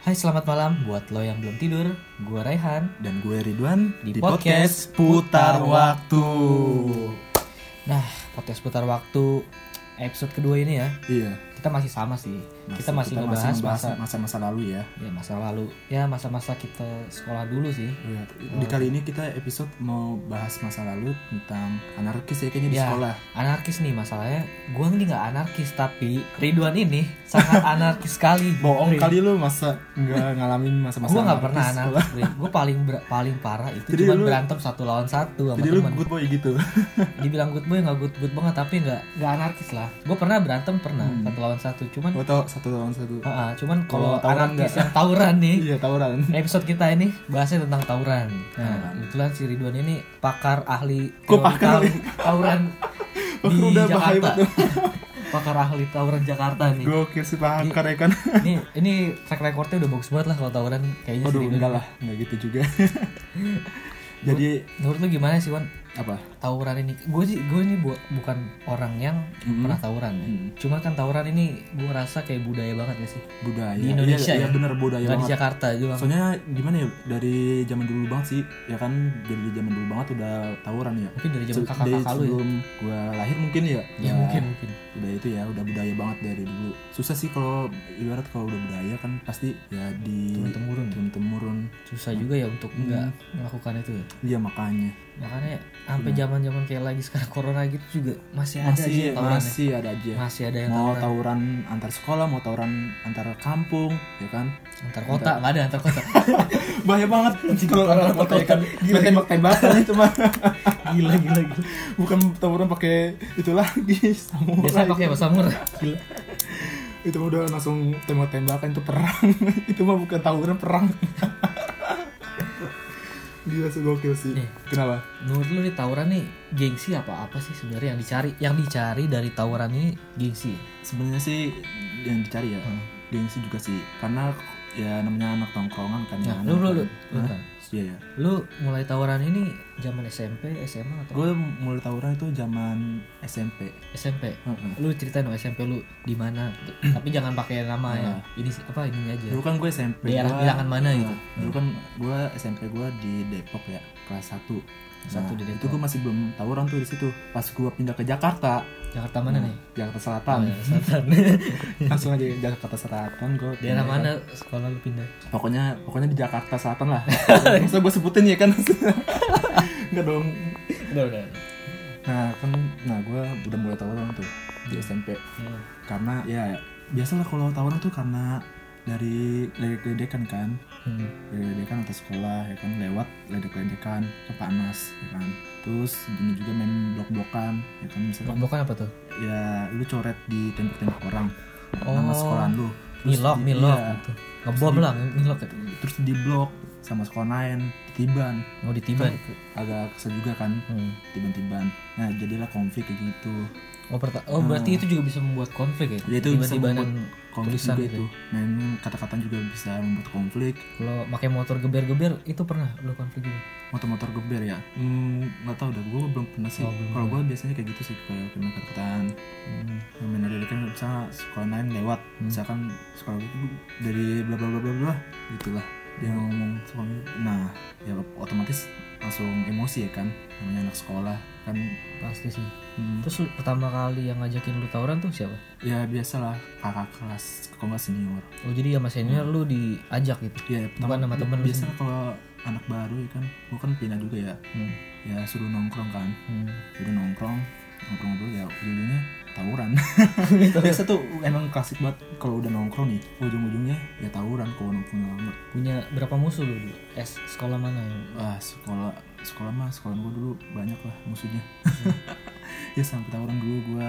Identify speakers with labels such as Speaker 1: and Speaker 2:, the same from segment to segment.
Speaker 1: Hai selamat malam buat lo yang belum tidur, gua Raihan.
Speaker 2: Dan gue Ridwan
Speaker 1: Di podcast Putar
Speaker 2: Waktu.
Speaker 1: Nah, podcast putar waktu episode kedua ini ya,
Speaker 2: Iya. Nah,
Speaker 1: kita masih sama sih. kita masih ngebahas masa
Speaker 2: masa-masa lalu ya.
Speaker 1: ya masa lalu, ya masa-masa kita sekolah dulu sih.
Speaker 2: Iya. Di kali ini kita episode mau bahas masa lalu tentang anarkis ya kayaknya di
Speaker 1: Ya.
Speaker 2: sekolah.
Speaker 1: Anarkis nih masalahnya, gua ini nggak anarkis tapi Ridwan ini sangat anarkis sekali.
Speaker 2: Bohong
Speaker 1: Rid.
Speaker 2: kali lu masa nggak ngalamin masa-masa
Speaker 1: Gua nggak
Speaker 2: anarkis
Speaker 1: pernah
Speaker 2: sekolah.
Speaker 1: anarkis, Rid. Gua paling ber- paling parah itu
Speaker 2: Jadi
Speaker 1: cuma
Speaker 2: lu-
Speaker 1: berantem satu lawan satu sama
Speaker 2: Jadi lu
Speaker 1: temen.
Speaker 2: good boy gitu.
Speaker 1: Dibilang good boy nggak good good banget tapi nggak nggak anarkis lah. Gua pernah berantem pernah
Speaker 2: Hmm.
Speaker 1: satu lawan satu, cuman
Speaker 2: Gua tau satu lawan satu.
Speaker 1: Ah, ah, cuman kalau
Speaker 2: Kalau gitu. tawuran
Speaker 1: anarkis
Speaker 2: nggak?
Speaker 1: yang tawuran nih,
Speaker 2: Iya, tawuran.
Speaker 1: episode kita ini bahasnya tentang tawuran. Nah,
Speaker 2: Tawuran.
Speaker 1: kebetulan si Ridwan ini pakar ahli
Speaker 2: Kok
Speaker 1: teori
Speaker 2: pakar
Speaker 1: taw-
Speaker 2: ahli?
Speaker 1: tawuran di
Speaker 2: Pakar udah bahaya
Speaker 1: Jakarta. pakar ahli tawuran Jakarta nih.
Speaker 2: Gue kira si paham kan. karekan.
Speaker 1: Ini ini track recordnya udah bagus banget lah kalau tawuran kayaknya si
Speaker 2: Waduh,
Speaker 1: Ridwan.
Speaker 2: enggak lah, enggak gitu juga. Jadi
Speaker 1: Menurut lu gimana sih Wan
Speaker 2: apa?
Speaker 1: tawuran ini? Gue sih gue ini bu- bukan orang yang
Speaker 2: Mm-mm.
Speaker 1: pernah tawuran. ya.
Speaker 2: Mm.
Speaker 1: Cuman kan tawuran ini gue ngerasa kayak budaya banget gak sih?
Speaker 2: Budaya.
Speaker 1: Di Indonesia
Speaker 2: Iya,
Speaker 1: ya?
Speaker 2: iya, bener budaya
Speaker 1: Gak di
Speaker 2: banget.
Speaker 1: Jakarta juga.
Speaker 2: Soalnya gimana ya dari zaman dulu banget sih ya kan dari zaman dulu banget udah tawuran ya.
Speaker 1: Mungkin dari zaman
Speaker 2: Se- dari
Speaker 1: kakak-kakak lu ya.
Speaker 2: sebelum gua lahir mungkin ya.
Speaker 1: Ya mungkin mungkin.
Speaker 2: Udah itu ya udah budaya banget dari dulu. Susah sih kalau ibarat kalau udah budaya kan pasti ya di
Speaker 1: turun temurun
Speaker 2: turun temurun.
Speaker 1: susah juga ya untuk
Speaker 2: Hmm.
Speaker 1: nggak melakukan itu ya
Speaker 2: Iya makanya
Speaker 1: makanya sampai
Speaker 2: Benar.
Speaker 1: zaman zaman kayak lagi sekarang corona gitu juga masih ada
Speaker 2: Hmm. masih
Speaker 1: sih tawuran ya.
Speaker 2: masih ada aja.
Speaker 1: masih ada yang
Speaker 2: mau
Speaker 1: tawuran
Speaker 2: tawuran antar sekolah, mau tawuran antar kampung, ya kan?
Speaker 1: antar kota nggak ada antar kota
Speaker 2: Bahaya banget kalau
Speaker 1: Tawuran antar
Speaker 2: pakai
Speaker 1: kota.
Speaker 2: kan tembak-tembakan itu mah.
Speaker 1: gila gila gila
Speaker 2: bukan tawuran pakai itu lagi samurai
Speaker 1: biasa pakai bahasa murah gila
Speaker 2: itu mah udah langsung tembak-tembakan itu perang itu mah bukan tawuran perang gila sih gokil sih
Speaker 1: Nih.
Speaker 2: kenapa
Speaker 1: menurut lu nih tawuran nih gengsi apa apa sih sebenarnya yang dicari yang dicari dari tawuran ini gengsi
Speaker 2: sebenarnya sih yang dicari ya
Speaker 1: Hmm.
Speaker 2: gengsi juga sih karena ya namanya anak tongkrongan kan
Speaker 1: nah
Speaker 2: ya,
Speaker 1: lu
Speaker 2: anak-
Speaker 1: lu lu lu,
Speaker 2: Hah? iya ya
Speaker 1: lu mulai tawuran ini zaman SMP SMA atau
Speaker 2: gue mulai tawuran itu zaman SMP
Speaker 1: SMP
Speaker 2: Heeh.
Speaker 1: lu ceritain dong SMP lu di mana tapi jangan pakai nama ya
Speaker 2: Nah.
Speaker 1: ini si- apa ini aja
Speaker 2: dulu kan gue SMP
Speaker 1: Daerah
Speaker 2: gua-
Speaker 1: Iya. bilangan mana
Speaker 2: Nah,
Speaker 1: gitu?
Speaker 2: dulu kan gue SMP gue di Depok ya kelas 1
Speaker 1: Satu di
Speaker 2: itu
Speaker 1: Depok.
Speaker 2: gue masih belum tawuran tuh di situ pas gue pindah ke Jakarta
Speaker 1: Jakarta mana
Speaker 2: Nah,
Speaker 1: nih
Speaker 2: Jakarta Selatan
Speaker 1: Oh, ya, selatan
Speaker 2: langsung aja Jakarta Selatan gue
Speaker 1: daerah mana sekolah lu pindah
Speaker 2: pokoknya pokoknya di Jakarta Selatan lah masa gue sebutin ya kan nggak dong
Speaker 1: udah udah
Speaker 2: nah kan nah gue udah mulai tawuran tuh di SMP
Speaker 1: Hmm.
Speaker 2: karena ya biasalah kalau tawuran tuh karena dari ledek-ledekan kan
Speaker 1: hmm.
Speaker 2: ledek-ledekan atau sekolah ya kan lewat ledek-ledekan ke panas ya kan terus ini juga main blok-blokan ya kan misalkan
Speaker 1: Blok-blokan apa tuh
Speaker 2: ya lu coret di tembok-tembok orang
Speaker 1: Oh.
Speaker 2: nama sekolahan lu Terus
Speaker 1: milok
Speaker 2: di-
Speaker 1: milok
Speaker 2: iya.
Speaker 1: gitu ngebom lah milok ya
Speaker 2: terus di blok sama sekolah lain tiban
Speaker 1: mau ditiban
Speaker 2: agak kesel juga kan
Speaker 1: hmm.
Speaker 2: tiban-tiban nah jadilah konflik kayak gitu
Speaker 1: oh, perta- oh berarti
Speaker 2: Hmm.
Speaker 1: itu juga bisa membuat konflik ya
Speaker 2: Ya, itu bisa
Speaker 1: tiba-tibanan
Speaker 2: konflik
Speaker 1: Tulisan
Speaker 2: juga
Speaker 1: gitu.
Speaker 2: itu main kata-kata juga bisa membuat konflik
Speaker 1: kalau pakai motor geber-geber itu pernah lu konflik gitu
Speaker 2: motor-motor geber ya hmm, nggak tahu dah gue belum pernah sih
Speaker 1: Oh, belum
Speaker 2: kalau
Speaker 1: pernah.
Speaker 2: gue biasanya kayak gitu sih kayak kena kata-kataan main ada kan misalnya sekolah lain lewat
Speaker 1: Hmm.
Speaker 2: misalkan sekolah itu dari bla bla bla bla bla gitulah dia
Speaker 1: Hmm.
Speaker 2: ngomong sekolah itu. nah ya otomatis langsung emosi ya kan namanya anak sekolah kan
Speaker 1: pasti sih
Speaker 2: hmm,
Speaker 1: terus lu- pertama kali yang ngajakin lu tawuran tuh siapa
Speaker 2: ya biasalah kakak kelas kalau nggak senior
Speaker 1: oh jadi sama senior lu diajak gitu
Speaker 2: ya pertama-
Speaker 1: sama temen lu
Speaker 2: biasa kalau anak baru ya kan gua kan pindah juga ya
Speaker 1: hmm.
Speaker 2: ya suruh nongkrong kan
Speaker 1: Hmm.
Speaker 2: suruh nongkrong nongkrong dulu ya ujungnya tawuran
Speaker 1: Gitu.
Speaker 2: biasa tuh emang klasik banget kalau udah nongkrong nih ujung-ujungnya ya tawuran kalau nongkrong lama
Speaker 1: punya berapa musuh lu dulu S sekolah mana yang
Speaker 2: ah sekolah sekolah mah sekolah gue dulu banyak lah musuhnya
Speaker 1: Hmm.
Speaker 2: ya sampai tawuran dulu gue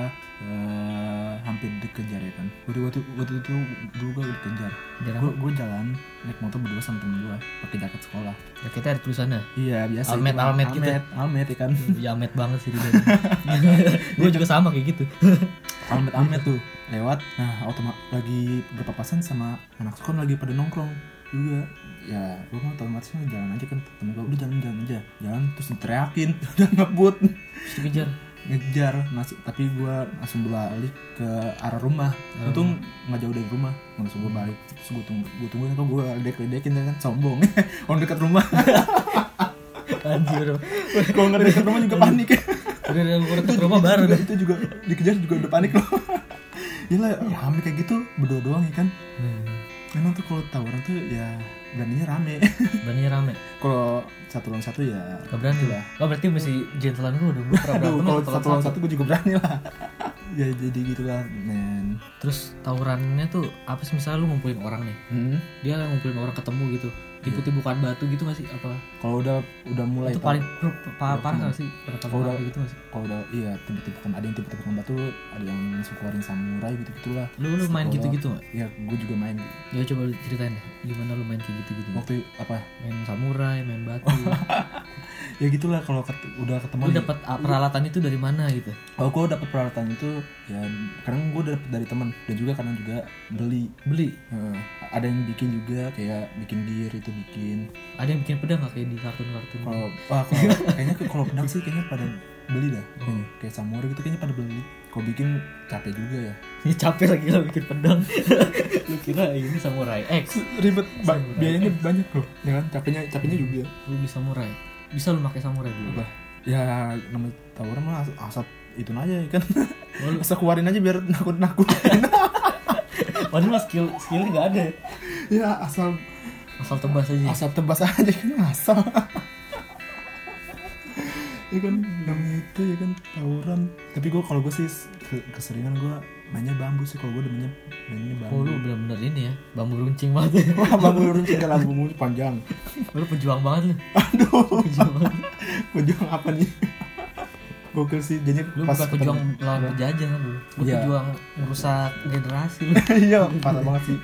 Speaker 2: hampir dikejar ya kan waktu waktu, waktu itu dulu gue dikejar
Speaker 1: jarang
Speaker 2: gue gue jalan naik motor berdua sama temen gue pakai jaket sekolah
Speaker 1: ya kita ada tulisannya
Speaker 2: iya biasa
Speaker 1: Almet,
Speaker 2: itu,
Speaker 1: almet gitu.
Speaker 2: almet almet ya kan
Speaker 1: jamet iya, banget sih dia gue juga sama kayak gitu
Speaker 2: almet almet tuh lewat nah otomat lagi berpapasan sama anak sekolah lagi pada nongkrong juga ya gue mau otomatis mah jalan aja kan temen gue udah jalan jalan aja jalan terus diteriakin udah ngebut
Speaker 1: terus dikejar
Speaker 2: ngejar ngas- tapi gue langsung balik ke arah rumah untung nggak jauh dari rumah langsung gue balik terus gue tunggu gue tungguin atau gue ledek ledekin kan sombong orang dekat rumah
Speaker 1: Anjir.
Speaker 2: kalau nggak dekat rumah juga panik
Speaker 1: Udah udah udah ke rumah baru
Speaker 2: Juga-
Speaker 1: dah.
Speaker 2: itu juga dikejar juga udah panik loh Gila, rame kayak gitu berdua doang ya kan
Speaker 1: Hmm,
Speaker 2: memang tuh kalau tawuran tuh ya beraninya rame
Speaker 1: Berani rame.
Speaker 2: kalau satu lawan satu ya
Speaker 1: Gak berani lah. Oh berarti masih gentleman gue dong. Gue pernah
Speaker 2: Aduh,
Speaker 1: berantem
Speaker 2: kalau
Speaker 1: sama
Speaker 2: satu lawan satu gue juga berani lah ya jadi gitulah men
Speaker 1: Terus tawurannya tuh apa sih misalnya lu ngumpulin orang nih?
Speaker 2: hmm.
Speaker 1: Dia ngumpulin orang ketemu gitu. Diikuti bukan batu gitu gak sih? Apa?
Speaker 2: kalau udah udah mulai
Speaker 1: Itu Iya,
Speaker 2: tau-
Speaker 1: paling pa- parah gak sih?
Speaker 2: Kalau
Speaker 1: Pertama
Speaker 2: udah-
Speaker 1: kali gitu gak sih?
Speaker 2: kalau udah iya tiba-tiba kan ada yang tiba-tiba kan batu ada yang langsung keluarin samurai gitu gitulah
Speaker 1: Lu lu main
Speaker 2: Sekolah.
Speaker 1: gitu-gitu gak?
Speaker 2: ya gue juga main
Speaker 1: Ya coba lu ceritain deh Oh. gimana lu main kayak gitu-gitu.
Speaker 2: waktu apa
Speaker 1: Main samurai, main batu.
Speaker 2: ya gitulah kalau ket- udah ketemu
Speaker 1: lu
Speaker 2: nih.
Speaker 1: dapat ah, peralatan itu dari mana gitu?
Speaker 2: Oh, gue dapet peralatan itu ya kadang gue dapet dari temen dan juga kadang juga beli.
Speaker 1: Beli.
Speaker 2: Heeh. Eh, ada yang bikin juga kayak bikin gear itu bikin.
Speaker 1: Ada yang bikin pedang gak kayak di kartun-kartun?
Speaker 2: Kalau wah, kalau- kayaknya ke- kalau pedang sih kayaknya pada beli dah. Kayaknya. Kayak samurai gitu kayaknya pada beli. Kalau bikin capek juga ya.
Speaker 1: Ini capek lagi lo bikin pedang. lu kira ini samurai X?
Speaker 2: Ribet,
Speaker 1: ba- biayanya
Speaker 2: banyak loh. Ya kan capeknya capeknya juga.
Speaker 1: Lu bisa samurai. Bisa lu pakai samurai dulu.
Speaker 2: Apa? Ya namanya tawuran mah as- asap itu aja ya kan.
Speaker 1: Oh, lu-
Speaker 2: Asal keluarin aja biar nakut-nakutin.
Speaker 1: Padahal mah skill skillnya nggak ada.
Speaker 2: ya asal
Speaker 1: Asal tebas aja.
Speaker 2: asap tebas aja kan asal ya kan namanya itu ya kan tawuran tapi gue kalau gue sih ke- keseringan gue mainnya bambu sih kalau gue demennya mainnya
Speaker 1: Oh, lu
Speaker 2: bambu
Speaker 1: bener-bener ini ya, bambu runcing banget.
Speaker 2: wah bambu runcing kan bambu panjang
Speaker 1: lu pejuang banget lu.
Speaker 2: aduh
Speaker 1: Pejuang banget.
Speaker 2: pejuang apa nih gokil sih jadi
Speaker 1: Lu
Speaker 2: pas
Speaker 1: bukan
Speaker 2: ketemu-
Speaker 1: pejuang lawan penjajah kan lu. Lu
Speaker 2: Iya.
Speaker 1: pejuang merusak generasi lu.
Speaker 2: iya parah banget sih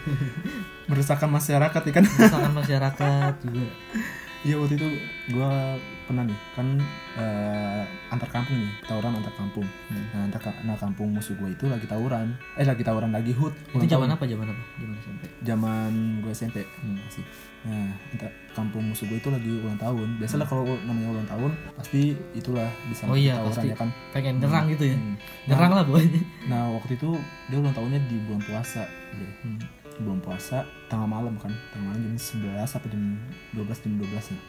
Speaker 2: meresahkan masyarakat ya kan
Speaker 1: Merusakan masyarakat juga.
Speaker 2: Iya waktu itu gue pernah nih kan eh, antar kampung nih tawuran antar kampung.
Speaker 1: Hmm.
Speaker 2: Nah antar ka- nah, kampung musuh gue itu lagi tawuran, eh lagi tawuran lagi hut.
Speaker 1: Itu zaman apa? Zaman apa? Zaman SMP.
Speaker 2: Zaman gue SMP hmm, sih. Nah antar kampung musuh gue itu lagi ulang tahun. Biasalah kalau namanya ulang tahun pasti itulah bisa
Speaker 1: Hmm. Oh iya,
Speaker 2: tawuran
Speaker 1: pasti.
Speaker 2: ya kan.
Speaker 1: Pengen nyerang gitu ya.
Speaker 2: Hmm.
Speaker 1: Nyerang lah pokoknya.
Speaker 2: Nah waktu itu dia ulang tahunnya di bulan puasa. Bre. Bulan puasa tengah malam kan, tengah malam jam 11 apa jam 12 jam 12 nih.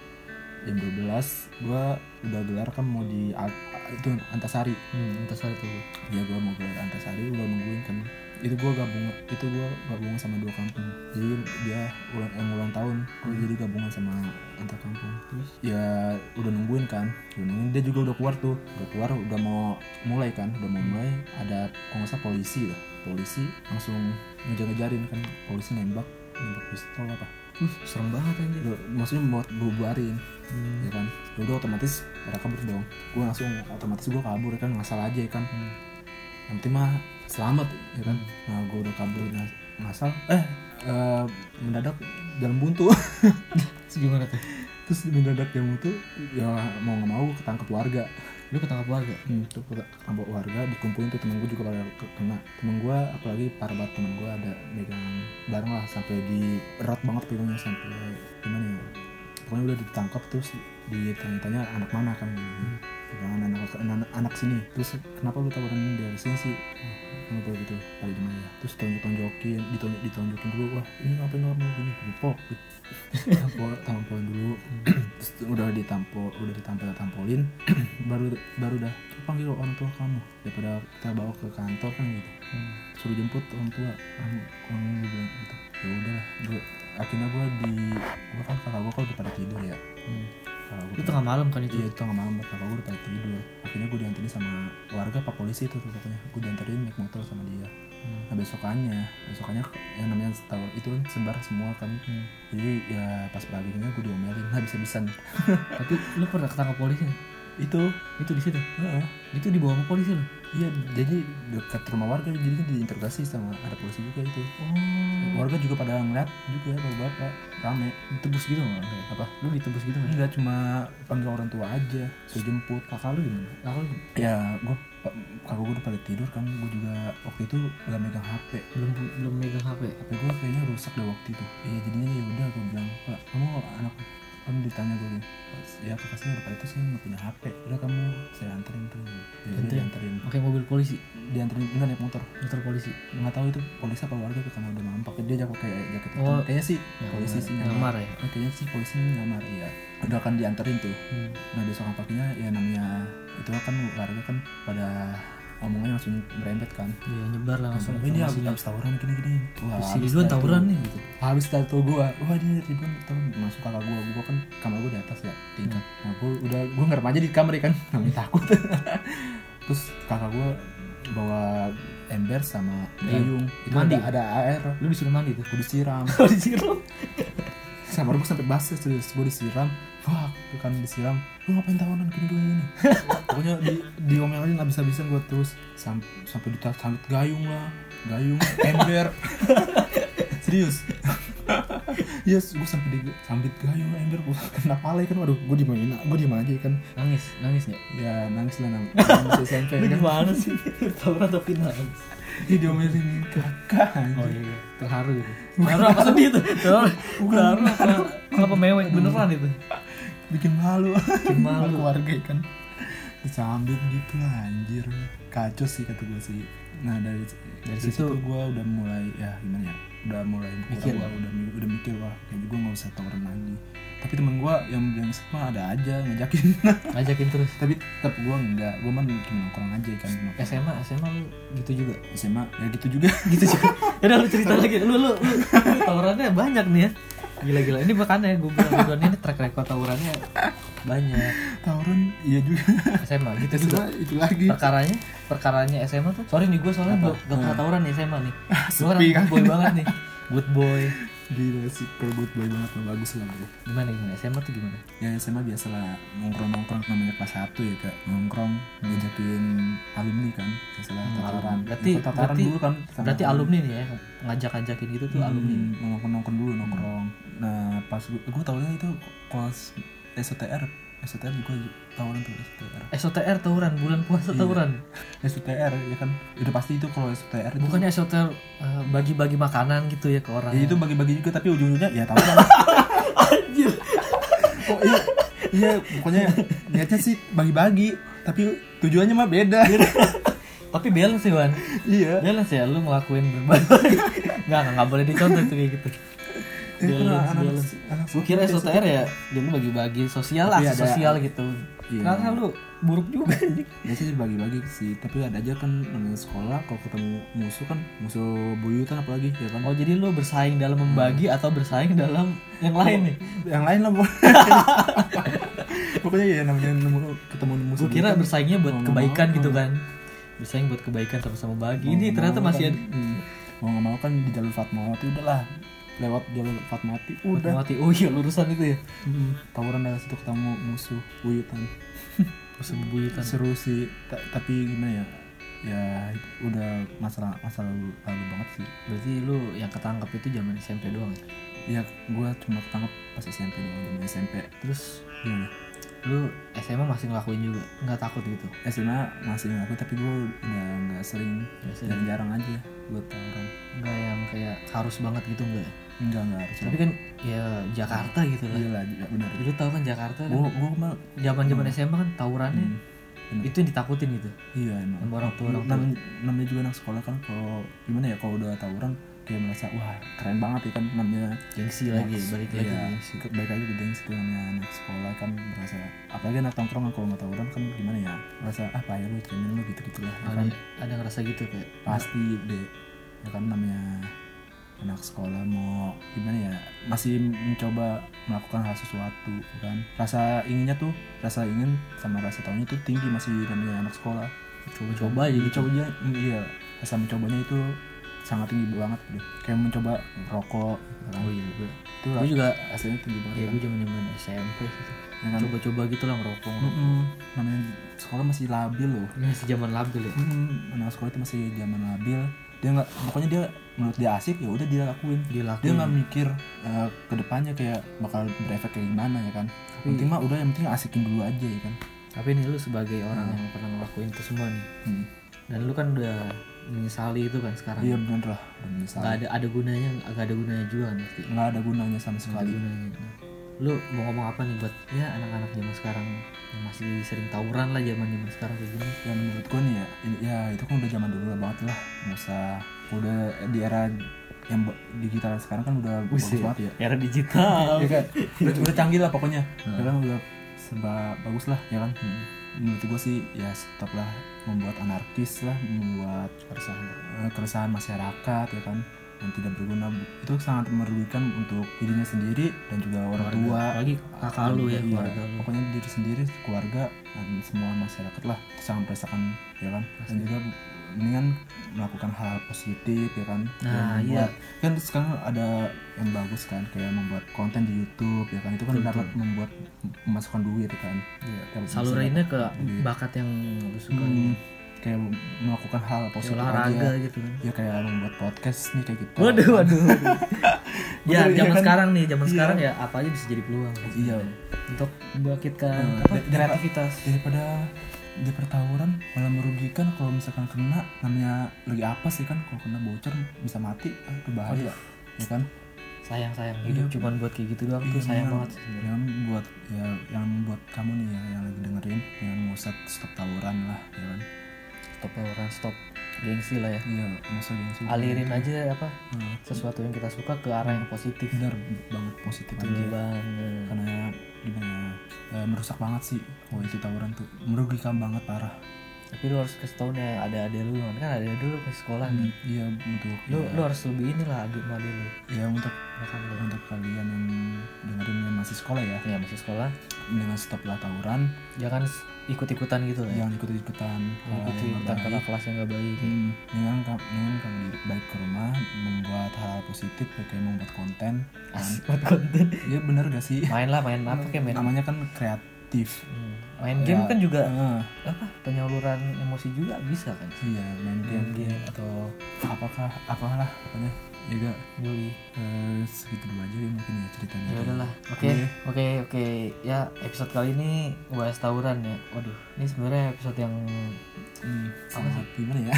Speaker 2: Jam 12 gua udah gelar kan mau di a- itu Antasari.
Speaker 1: Hmm, entah saat itu.
Speaker 2: Ya gua mau gelar Antasari udah nungguin kan. Itu gua gabung itu gua gabungan sama dua kampung. Jadi dia ulang yang ulang tahun, gua jadi gabungan sama antar kampung.
Speaker 1: Terus
Speaker 2: Ya udah nungguin kan, udah nungguin dia juga udah keluar tuh, udah keluar udah mau mulai kan, udah mau mulai ada kalau nggak salah polisi lah, polisi langsung ngejar-ngejarin kan, polisi nembak nembak pistol apa
Speaker 1: Uh, serem banget anjir.
Speaker 2: Udah, maksudnya mau bubarin
Speaker 1: Hmm.
Speaker 2: ya kan Ya udah otomatis pada kabur dong gue langsung otomatis gue kabur ya kan ngasal aja ya kan
Speaker 1: Hmm.
Speaker 2: yang penting mah selamat ya kan nah gue udah kabur ngas- ngasal eh eh, mendadak jalan buntu
Speaker 1: Terus gimana tuh?
Speaker 2: terus mendadak jalan buntu ya mau nggak mau ketangkep warga
Speaker 1: Lu ketangkap warga?
Speaker 2: hmm, itu ketangkep warga dikumpulin tuh temen gue juga pada ke- kena temen gue apalagi parah banget temen gue ada megang barang lah sampai di erat banget pegangnya sampai gimana ya pokoknya udah ditangkap terus ditanya-tanya anak mana kan gitu. pegangan anak, anak anak sini terus kenapa lu tawaran dari sini sih kenapa gitu kali di mana terus tonjok tonjokin ditonjok ditonjokin dulu wah ini ngapain kamu gini gini pok tampol tampol dulu terus udah ditampol udah ditampol tampolin baru baru dah "Tuh, panggil orang tua kamu daripada kita bawa ke kantor kan gitu
Speaker 1: Hmm.
Speaker 2: suruh jemput orang tua anu, kamu kamu gua bilang gitu ya udah gue akhirnya gue di gue kan kakak gue kalau udah pada tidur ya
Speaker 1: Hmm.
Speaker 2: kakak gue
Speaker 1: Itu tengah malam kan
Speaker 2: Iya
Speaker 1: itu?
Speaker 2: itu tengah malam kakak gue udah pada tidur Akhirnya gue dianterin sama warga pak polisi itu tuh pokoknya Gue dianterin naik motor sama dia
Speaker 1: Hmm.
Speaker 2: Nah besokannya Besokannya yang namanya tahu itu kan sebar semua kan
Speaker 1: Hmm.
Speaker 2: Jadi ya pas paginya gue diomelin Nah bisa-bisan
Speaker 1: Tapi lu pernah ketangkap polisi? nggak?
Speaker 2: Itu
Speaker 1: Itu di situ.
Speaker 2: heeh.
Speaker 1: Itu dibawa sama polisi lu.
Speaker 2: Iya jadi dekat rumah warga Jadi diinterogasi sama ada polisi juga itu
Speaker 1: Oh.
Speaker 2: Warga juga pada ngeliat juga bapak-bapak Rame
Speaker 1: Ditebus gitu enggak?
Speaker 2: Apa?
Speaker 1: Lu ditebus gitu enggak?
Speaker 2: Enggak cuma panggil orang tua aja Suruh jemput
Speaker 1: Kakak lu gimana? Kakak Nah, lu
Speaker 2: Ya gue Kakak gue udah pada tidur kan Gue juga waktu itu gak megang HP
Speaker 1: belum belum megang HP.
Speaker 2: ya HP gue kayaknya rusak deh waktu itu iya jadinya ya udah gue bilang pak kamu anak kan ditanya gue gini, ya kakak saya udah itu sih nggak punya HP udah kamu saya anterin tuh jadi dia
Speaker 1: Anterin?
Speaker 2: dianterin
Speaker 1: pakai mobil polisi
Speaker 2: dianterin enggak naik motor
Speaker 1: motor polisi
Speaker 2: nggak tahu itu polisi apa warga tuh karena udah mampak dia jago kayak jaket itu
Speaker 1: Oh,
Speaker 2: kayaknya sih
Speaker 1: Ya,
Speaker 2: polisi sih nyamar
Speaker 1: nyamar ya
Speaker 2: Nah, kayaknya sih polisi nyamar iya udah kan dianterin tuh
Speaker 1: Hmm.
Speaker 2: nah besok paginya ya namanya itu kan warga kan pada omongannya langsung merembet kan
Speaker 1: Iya nyebar lah langsung
Speaker 2: ini abis,
Speaker 1: informasinya.
Speaker 2: abis tawuran gini gini wah
Speaker 1: Si
Speaker 2: habis
Speaker 1: Ridwan
Speaker 2: dah tuh.
Speaker 1: tawuran nih gitu.
Speaker 2: habis dari tuh gua wah dia Ridwan tahun masuk kakak gua gua kan kamar gua di atas ya
Speaker 1: Hmm.
Speaker 2: tingkat nah gua udah gua ngerem aja di kamar ya kan namanya takut terus kakak gua bawa ember sama
Speaker 1: Iya.
Speaker 2: gayung itu
Speaker 1: Mandi.
Speaker 2: ada, ada air
Speaker 1: Lu disuruh mandi tuh.
Speaker 2: gua disiram
Speaker 1: Kalau disiram.
Speaker 2: sama gua sampai basah terus gua disiram wah gua kan disiram lu ngapain tawanan gini gini gini pokoknya di diomelin abis-abisan gua terus Sam- sampai ditabut gayung lah gayung ember serius yes gue sampai di sambit gayung ember gue kena pala ya kan waduh gue dimain gue diem aja kan
Speaker 1: Nangis, nangis ya.
Speaker 2: ya nangis lah nangis nangis SMP
Speaker 1: Lu
Speaker 2: kan
Speaker 1: gimana sih? Tawuran tapi nangis.
Speaker 2: dia diomelin kakak anjir.
Speaker 1: iya.
Speaker 2: terharu gitu
Speaker 1: Baru apa sedih tuh? Baru baru apa apa mewek beneran itu.
Speaker 2: bikin malu
Speaker 1: Bikin malu.
Speaker 2: keluarga ya kan disambit gitu lah anjir kacau sih kata gue sih nah dari dari situ,
Speaker 1: situ-
Speaker 2: gue udah mulai ya gimana ya udah mulai
Speaker 1: Mikir.
Speaker 2: mikir gua, udah mi- udah mikir wah kayaknya gue nggak usah tawuran lagi tapi temen gue yang bilang mah ada aja ngajakin
Speaker 1: Ngajakin terus.
Speaker 2: tapi tetap gue enggak gue mah cuma nongkrong aja kan nongkrong.
Speaker 1: SMA, SMA lu gitu juga.
Speaker 2: SMA ya gitu juga
Speaker 1: Eh. Gitu juga. Yaudah lu cerita lagi. Lu lu, lu, lu tawurannya banyak nih ya. Gila gila. Ini makanya gue bilang Ridwan ini track record tawurannya banyak.
Speaker 2: tawuran iya juga
Speaker 1: SMA gitu juga.
Speaker 2: SMA itu lagi
Speaker 1: perkaranya perkaranya SMA tuh sorry nih gue soalnya
Speaker 2: Apa?
Speaker 1: gak, gak pernah tawuran nih SMA nih gue
Speaker 2: sepi
Speaker 1: Hmm. kan
Speaker 2: kan?
Speaker 1: good boy banget nih good boy
Speaker 2: gila sih kalau good boy banget lah, bagus lah bro
Speaker 1: gimana gimana SMA tuh gimana
Speaker 2: ya SMA biasa lah nongkrong-nongkrong namanya kelas 1 ya kak nongkrong ngajakin alumni kan setelah
Speaker 1: Hmm,
Speaker 2: tataran
Speaker 1: berarti-
Speaker 2: Ikut tataran
Speaker 1: berarti-
Speaker 2: dulu kan sama
Speaker 1: berarti alumni nih ya ngajak ngajakin gitu tuh
Speaker 2: Hmm,
Speaker 1: alumni Hmm.
Speaker 2: nongkrong-nongkrong dulu nongkrong nah pas gue gue tahunya itu kelas STR STR gue tahunan tuh STR
Speaker 1: SOTR tawuran bulan puasa
Speaker 2: Iya.
Speaker 1: tawuran
Speaker 2: STR ya kan udah pasti itu kalau STR itu
Speaker 1: bukannya SOTR eh, bagi-bagi makanan gitu ya ke orang
Speaker 2: ya itu bagi-bagi juga tapi ujung-ujungnya ya tahu kan
Speaker 1: anjir
Speaker 2: oh, iya iya pokoknya niatnya sih bagi-bagi tapi tujuannya mah beda
Speaker 1: tapi balance sih Wan
Speaker 2: iya
Speaker 1: balance ya lu ngelakuin berbagai nggak nggak nggak boleh dicontoh tuh kayak gitu
Speaker 2: Ya, kan,
Speaker 1: Balance,
Speaker 2: anak-
Speaker 1: balance.
Speaker 2: anak gitu.
Speaker 1: gue kira SOTR ya jadi lu bagi-bagi sosial lah
Speaker 2: Tapi ada-
Speaker 1: sosial gitu
Speaker 2: Iya.
Speaker 1: Ternyata lu buruk juga anjing.
Speaker 2: biasanya dibagi-bagi Ya sih tapi ada aja kan namanya sekolah kalau ketemu musuh kan musuh buyutan apalagi ya kan
Speaker 1: Oh jadi lu bersaing dalam membagi atau bersaing dalam yang lain nih?
Speaker 2: yang lain lah Bro. pokoknya ya namanya nemu- ketemu musuh
Speaker 1: Gue
Speaker 2: kan,
Speaker 1: kira
Speaker 2: buyutan,
Speaker 1: bersaingnya buat
Speaker 2: mau nggak
Speaker 1: kebaikan
Speaker 2: mau,
Speaker 1: gitu
Speaker 2: mau-
Speaker 1: kan? Bersaing buat kebaikan sama-sama bagi.
Speaker 2: mau
Speaker 1: Ini
Speaker 2: nggak
Speaker 1: ternyata
Speaker 2: mau
Speaker 1: masih
Speaker 2: kan,
Speaker 1: ada.
Speaker 2: hmm, mau nggak mau kan di jalur Fatmawati udahlah lewat jalur Fatmawati udah
Speaker 1: Mati. Oh iya lurusan itu ya.
Speaker 2: Hmm, tawuran dari situ ketemu musuh buyutan
Speaker 1: Musuh bebuyutan.
Speaker 2: seru sih ta- tapi gimana ya ya udah masalah masalah lalu, lalu banget sih
Speaker 1: Berarti lu yang ketangkap itu zaman SMP doang ya?
Speaker 2: ya gua cuma ketangkep pas SMP doang zaman SMP
Speaker 1: Terus
Speaker 2: gimana
Speaker 1: lu SMA masih ngelakuin juga? Nggak takut gitu?
Speaker 2: SMA masih ngaku tapi gue udah nggak sering
Speaker 1: Biasanya
Speaker 2: jarang jarang aja buat tawuran
Speaker 1: nggak yang kayak harus banget gitu nggak? ya?
Speaker 2: enggak enggak harus
Speaker 1: Tapi kan ya Jakarta gitu lah.
Speaker 2: iya lah iya, benar
Speaker 1: Lu tau kan Jakarta
Speaker 2: gue gue mal
Speaker 1: zaman zaman SMA kan tawurannya
Speaker 2: Hmm, bener.
Speaker 1: itu yang ditakutin gitu
Speaker 2: iya emang
Speaker 1: sama orang tua orang tua.
Speaker 2: namanya, namanya juga anak sekolah kan kalau gimana ya kalau udah tawuran kayak merasa wah keren banget ya kan namanya
Speaker 1: Gengsi lagi balik lagi
Speaker 2: ya,
Speaker 1: gengsi.
Speaker 2: baik lagi ke gengsi tuh namanya anak sekolah kan merasa apalagi anak tongkrongan kalau nggak tawuran kan gimana ya merasa ah payah lu cemen lu gitu gitulah ya
Speaker 1: ada
Speaker 2: kan
Speaker 1: ada ngerasa gitu kayak
Speaker 2: pasti deh ya kan namanya anak sekolah mau gimana ya masih mencoba melakukan hal sesuatu ya kan rasa inginnya tuh rasa ingin sama rasa tahunya tuh tinggi masih namanya anak sekolah
Speaker 1: coba-coba aja gitu
Speaker 2: mencoba iya rasa mencobanya itu sangat tinggi banget deh kayak mencoba rokok ya kan?
Speaker 1: oh iya gue
Speaker 2: itu
Speaker 1: gue juga
Speaker 2: rasanya tinggi banget
Speaker 1: ya
Speaker 2: kan?
Speaker 1: gue zaman zaman SMP gitu
Speaker 2: Ya kan?
Speaker 1: coba-coba gitu lah ngerokok ngerokok
Speaker 2: Mm-mm. namanya sekolah masih labil loh
Speaker 1: ini masih zaman labil ya
Speaker 2: Mm-mm. anak sekolah itu masih zaman labil dia nggak pokoknya dia menurut dia asik ya udah dia lakuin dia
Speaker 1: dilakuin
Speaker 2: nggak mikir eh, ke depannya kayak bakal berefek kayak gimana ya kan
Speaker 1: tapi,
Speaker 2: Yang penting mah udah yang penting asikin dulu aja ya kan
Speaker 1: tapi nih lu sebagai orang yang pernah ngelakuin itu semua nih
Speaker 2: hmm.
Speaker 1: dan lu kan udah menyesali itu kan sekarang
Speaker 2: iya bener lah udah menyesal
Speaker 1: nggak ada ada gunanya nggak ada gunanya juga kan pasti
Speaker 2: nggak ada gunanya sama
Speaker 1: nggak ada
Speaker 2: sekali
Speaker 1: gunanya Nah, lu mau ngomong apa nih buat ya anak-anak zaman sekarang yang masih sering tawuran lah zaman zaman sekarang kayak gini
Speaker 2: ya menurut gue nih ya ini- ya itu kan udah zaman dulu lah banget lah nggak usah udah di era yang ba- digital sekarang kan udah bagus
Speaker 1: Buset.
Speaker 2: banget ya
Speaker 1: era digital
Speaker 2: ya kan udah, udah canggih lah pokoknya
Speaker 1: Hmm.
Speaker 2: ya kan udah serba bagus lah ya kan
Speaker 1: Hmm.
Speaker 2: menurut gue sih ya stop lah membuat anarkis lah membuat keresahan eh, keresahan masyarakat ya kan yang tidak berguna itu sangat merugikan untuk dirinya sendiri dan juga orang
Speaker 1: Keluarga.
Speaker 2: tua
Speaker 1: Apalagi kakak lu ya
Speaker 2: Iya,
Speaker 1: keluarga lu
Speaker 2: pokoknya diri sendiri keluarga dan semua masyarakat lah sangat merasakan ya kan dan
Speaker 1: Pasti.
Speaker 2: juga mendingan melakukan hal positif ya kan Dan
Speaker 1: Nah,
Speaker 2: membuat- kan sekarang ada yang bagus kan kayak membuat konten di YouTube ya kan itu kan
Speaker 1: Betul,
Speaker 2: dapat membuat pemasukan duit ya kan
Speaker 1: Iya.
Speaker 2: Dapat
Speaker 1: salurainnya ke
Speaker 2: Iya.
Speaker 1: bakat yang lu
Speaker 2: pemasukan.
Speaker 1: suka
Speaker 2: Hmm, kayak melakukan hal
Speaker 1: Kayak
Speaker 2: positif
Speaker 1: olahraga
Speaker 2: aja
Speaker 1: gitu kan
Speaker 2: ya kayak membuat podcast nih kayak gitu
Speaker 1: waduh waduh ya
Speaker 2: Bener, iya
Speaker 1: zaman
Speaker 2: kan?
Speaker 1: sekarang nih zaman
Speaker 2: Iya.
Speaker 1: sekarang ya apa aja bisa jadi peluang gitu.
Speaker 2: iya
Speaker 1: untuk membangkitkan
Speaker 2: Hmm,
Speaker 1: apa,
Speaker 2: dan- dan-
Speaker 1: kreativitas
Speaker 2: daripada di pertawuran malah merugikan kalau misalkan kena namanya lagi apa sih kan kalau kena bocor bisa mati ah, itu bahaya ya kan
Speaker 1: sayang sayang hidup
Speaker 2: Iya.
Speaker 1: cuman buat kayak gitu doang tuh
Speaker 2: Iya,
Speaker 1: sayang
Speaker 2: bener.
Speaker 1: banget sih sebenarnya.
Speaker 2: yang buat ya yang buat kamu nih ya yang lagi dengerin yang mau set stop tawuran lah ya kan
Speaker 1: stop ya, orang stop gengsi lah ya
Speaker 2: iya masa gengsi
Speaker 1: alirin aja apa
Speaker 2: Nah,
Speaker 1: sesuatu yang kita suka ke arah yang positif
Speaker 2: benar banget positif
Speaker 1: betul
Speaker 2: aja
Speaker 1: banget
Speaker 2: karena gimana ya, eh, merusak banget sih kalau itu tawuran tuh merugikan banget parah
Speaker 1: tapi lu harus kasih tau nih ada ada lu kan ada ada lu ke sekolah nih
Speaker 2: iya untuk
Speaker 1: lu
Speaker 2: ya,
Speaker 1: lu harus lebih inilah aduk sama adek lu
Speaker 2: ya untuk
Speaker 1: makan lu
Speaker 2: untuk kalian yang dengerin yang masih sekolah ya
Speaker 1: ya masih sekolah
Speaker 2: dengan stop lah tawuran
Speaker 1: jangan s- ikut-ikutan gitu lah ya
Speaker 2: jangan ikut ikutan
Speaker 1: ikut
Speaker 2: Iya,
Speaker 1: ikutan kakak kelas yang gak baik
Speaker 2: dengan kamu dengan kamu diri baik ke rumah membuat hal positif kayak membuat konten
Speaker 1: asik buat konten
Speaker 2: ya bener gak sih
Speaker 1: main lah main apa kayak main
Speaker 2: namanya kan kreatif
Speaker 1: Hmm. main game
Speaker 2: Ya.
Speaker 1: kan juga
Speaker 2: Ah,
Speaker 1: apa penyaluran emosi juga bisa kan
Speaker 2: iya main game,
Speaker 1: game.
Speaker 2: atau apakah apalah pokoknya ya gak
Speaker 1: Yoi.
Speaker 2: eh, segitu dulu aja ya mungkin ya ceritanya
Speaker 1: ya udahlah oke
Speaker 2: Iya.
Speaker 1: oke oke ya episode kali ini bahas tawuran ya waduh ini sebenarnya episode yang
Speaker 2: Hmm, sangat gimana ya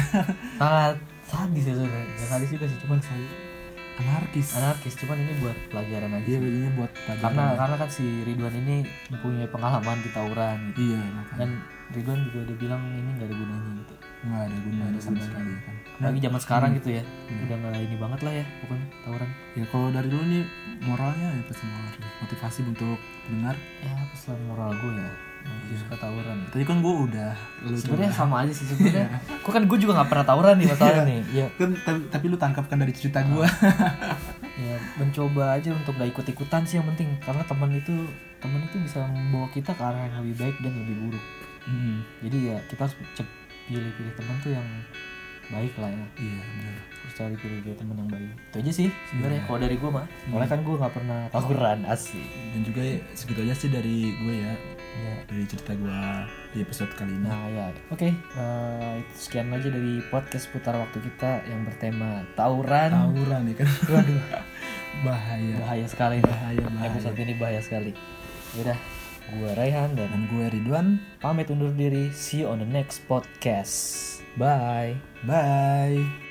Speaker 1: sangat sadis ya sebenarnya Nggak sadis juga sih cuman
Speaker 2: anarkis
Speaker 1: anarkis cuman ini buat pelajaran aja
Speaker 2: iya jadinya buat pelajaran
Speaker 1: karena karena kan si Ridwan ini mempunyai pengalaman di tawuran gitu
Speaker 2: iya makanya
Speaker 1: dan Ridwan juga udah bilang ini nggak ada gunanya gitu
Speaker 2: nggak ada gunanya
Speaker 1: ada
Speaker 2: sama
Speaker 1: gunanya.
Speaker 2: sekali kan
Speaker 1: lagi zaman sekarang gitu ya
Speaker 2: Hmm.
Speaker 1: udah nggak ini banget lah ya pokoknya tawuran
Speaker 2: Ya kalau dari lu nih moralnya ya pesan moral lu. motivasi untuk dengar.
Speaker 1: ya pesan moral gue ya gue suka tawuran
Speaker 2: Tadi kan gue udah ya. lu
Speaker 1: sebenarnya sama aja sih sebenarnya kok kan gue juga nggak pernah tawuran nih masalahnya nih ya
Speaker 2: kan tapi, tapi lu tangkapkan dari cerita gue.
Speaker 1: ya mencoba aja untuk gak ikut ikutan sih yang penting karena teman itu teman itu bisa membawa kita ke arah yang lebih baik dan lebih buruk jadi ya kita harus cep- pilih-pilih teman tuh yang baik lah ya
Speaker 2: Iya benar.
Speaker 1: harus cari pilih-pilih teman yang baik itu aja sih sebenarnya kalau dari gue mah Iya. soalnya kan gue nggak pernah tawuran asli
Speaker 2: Dan juga ya, segitu aja sih dari gue ya
Speaker 1: ya
Speaker 2: dari cerita gue di episode kali ini.
Speaker 1: Nah ya, oke. Eh, itu sekian aja dari podcast putar waktu kita yang bertema tawuran.
Speaker 2: Tawuran nih kan
Speaker 1: Waduh,
Speaker 2: bahaya.
Speaker 1: bahaya sekali.
Speaker 2: Bahaya, bahaya.
Speaker 1: Episode ini bahaya sekali. Yaudah, gua Raihan dan
Speaker 2: Dan gue Ridwan.
Speaker 1: pamit undur diri. See you on the next podcast. Bye.
Speaker 2: Bye.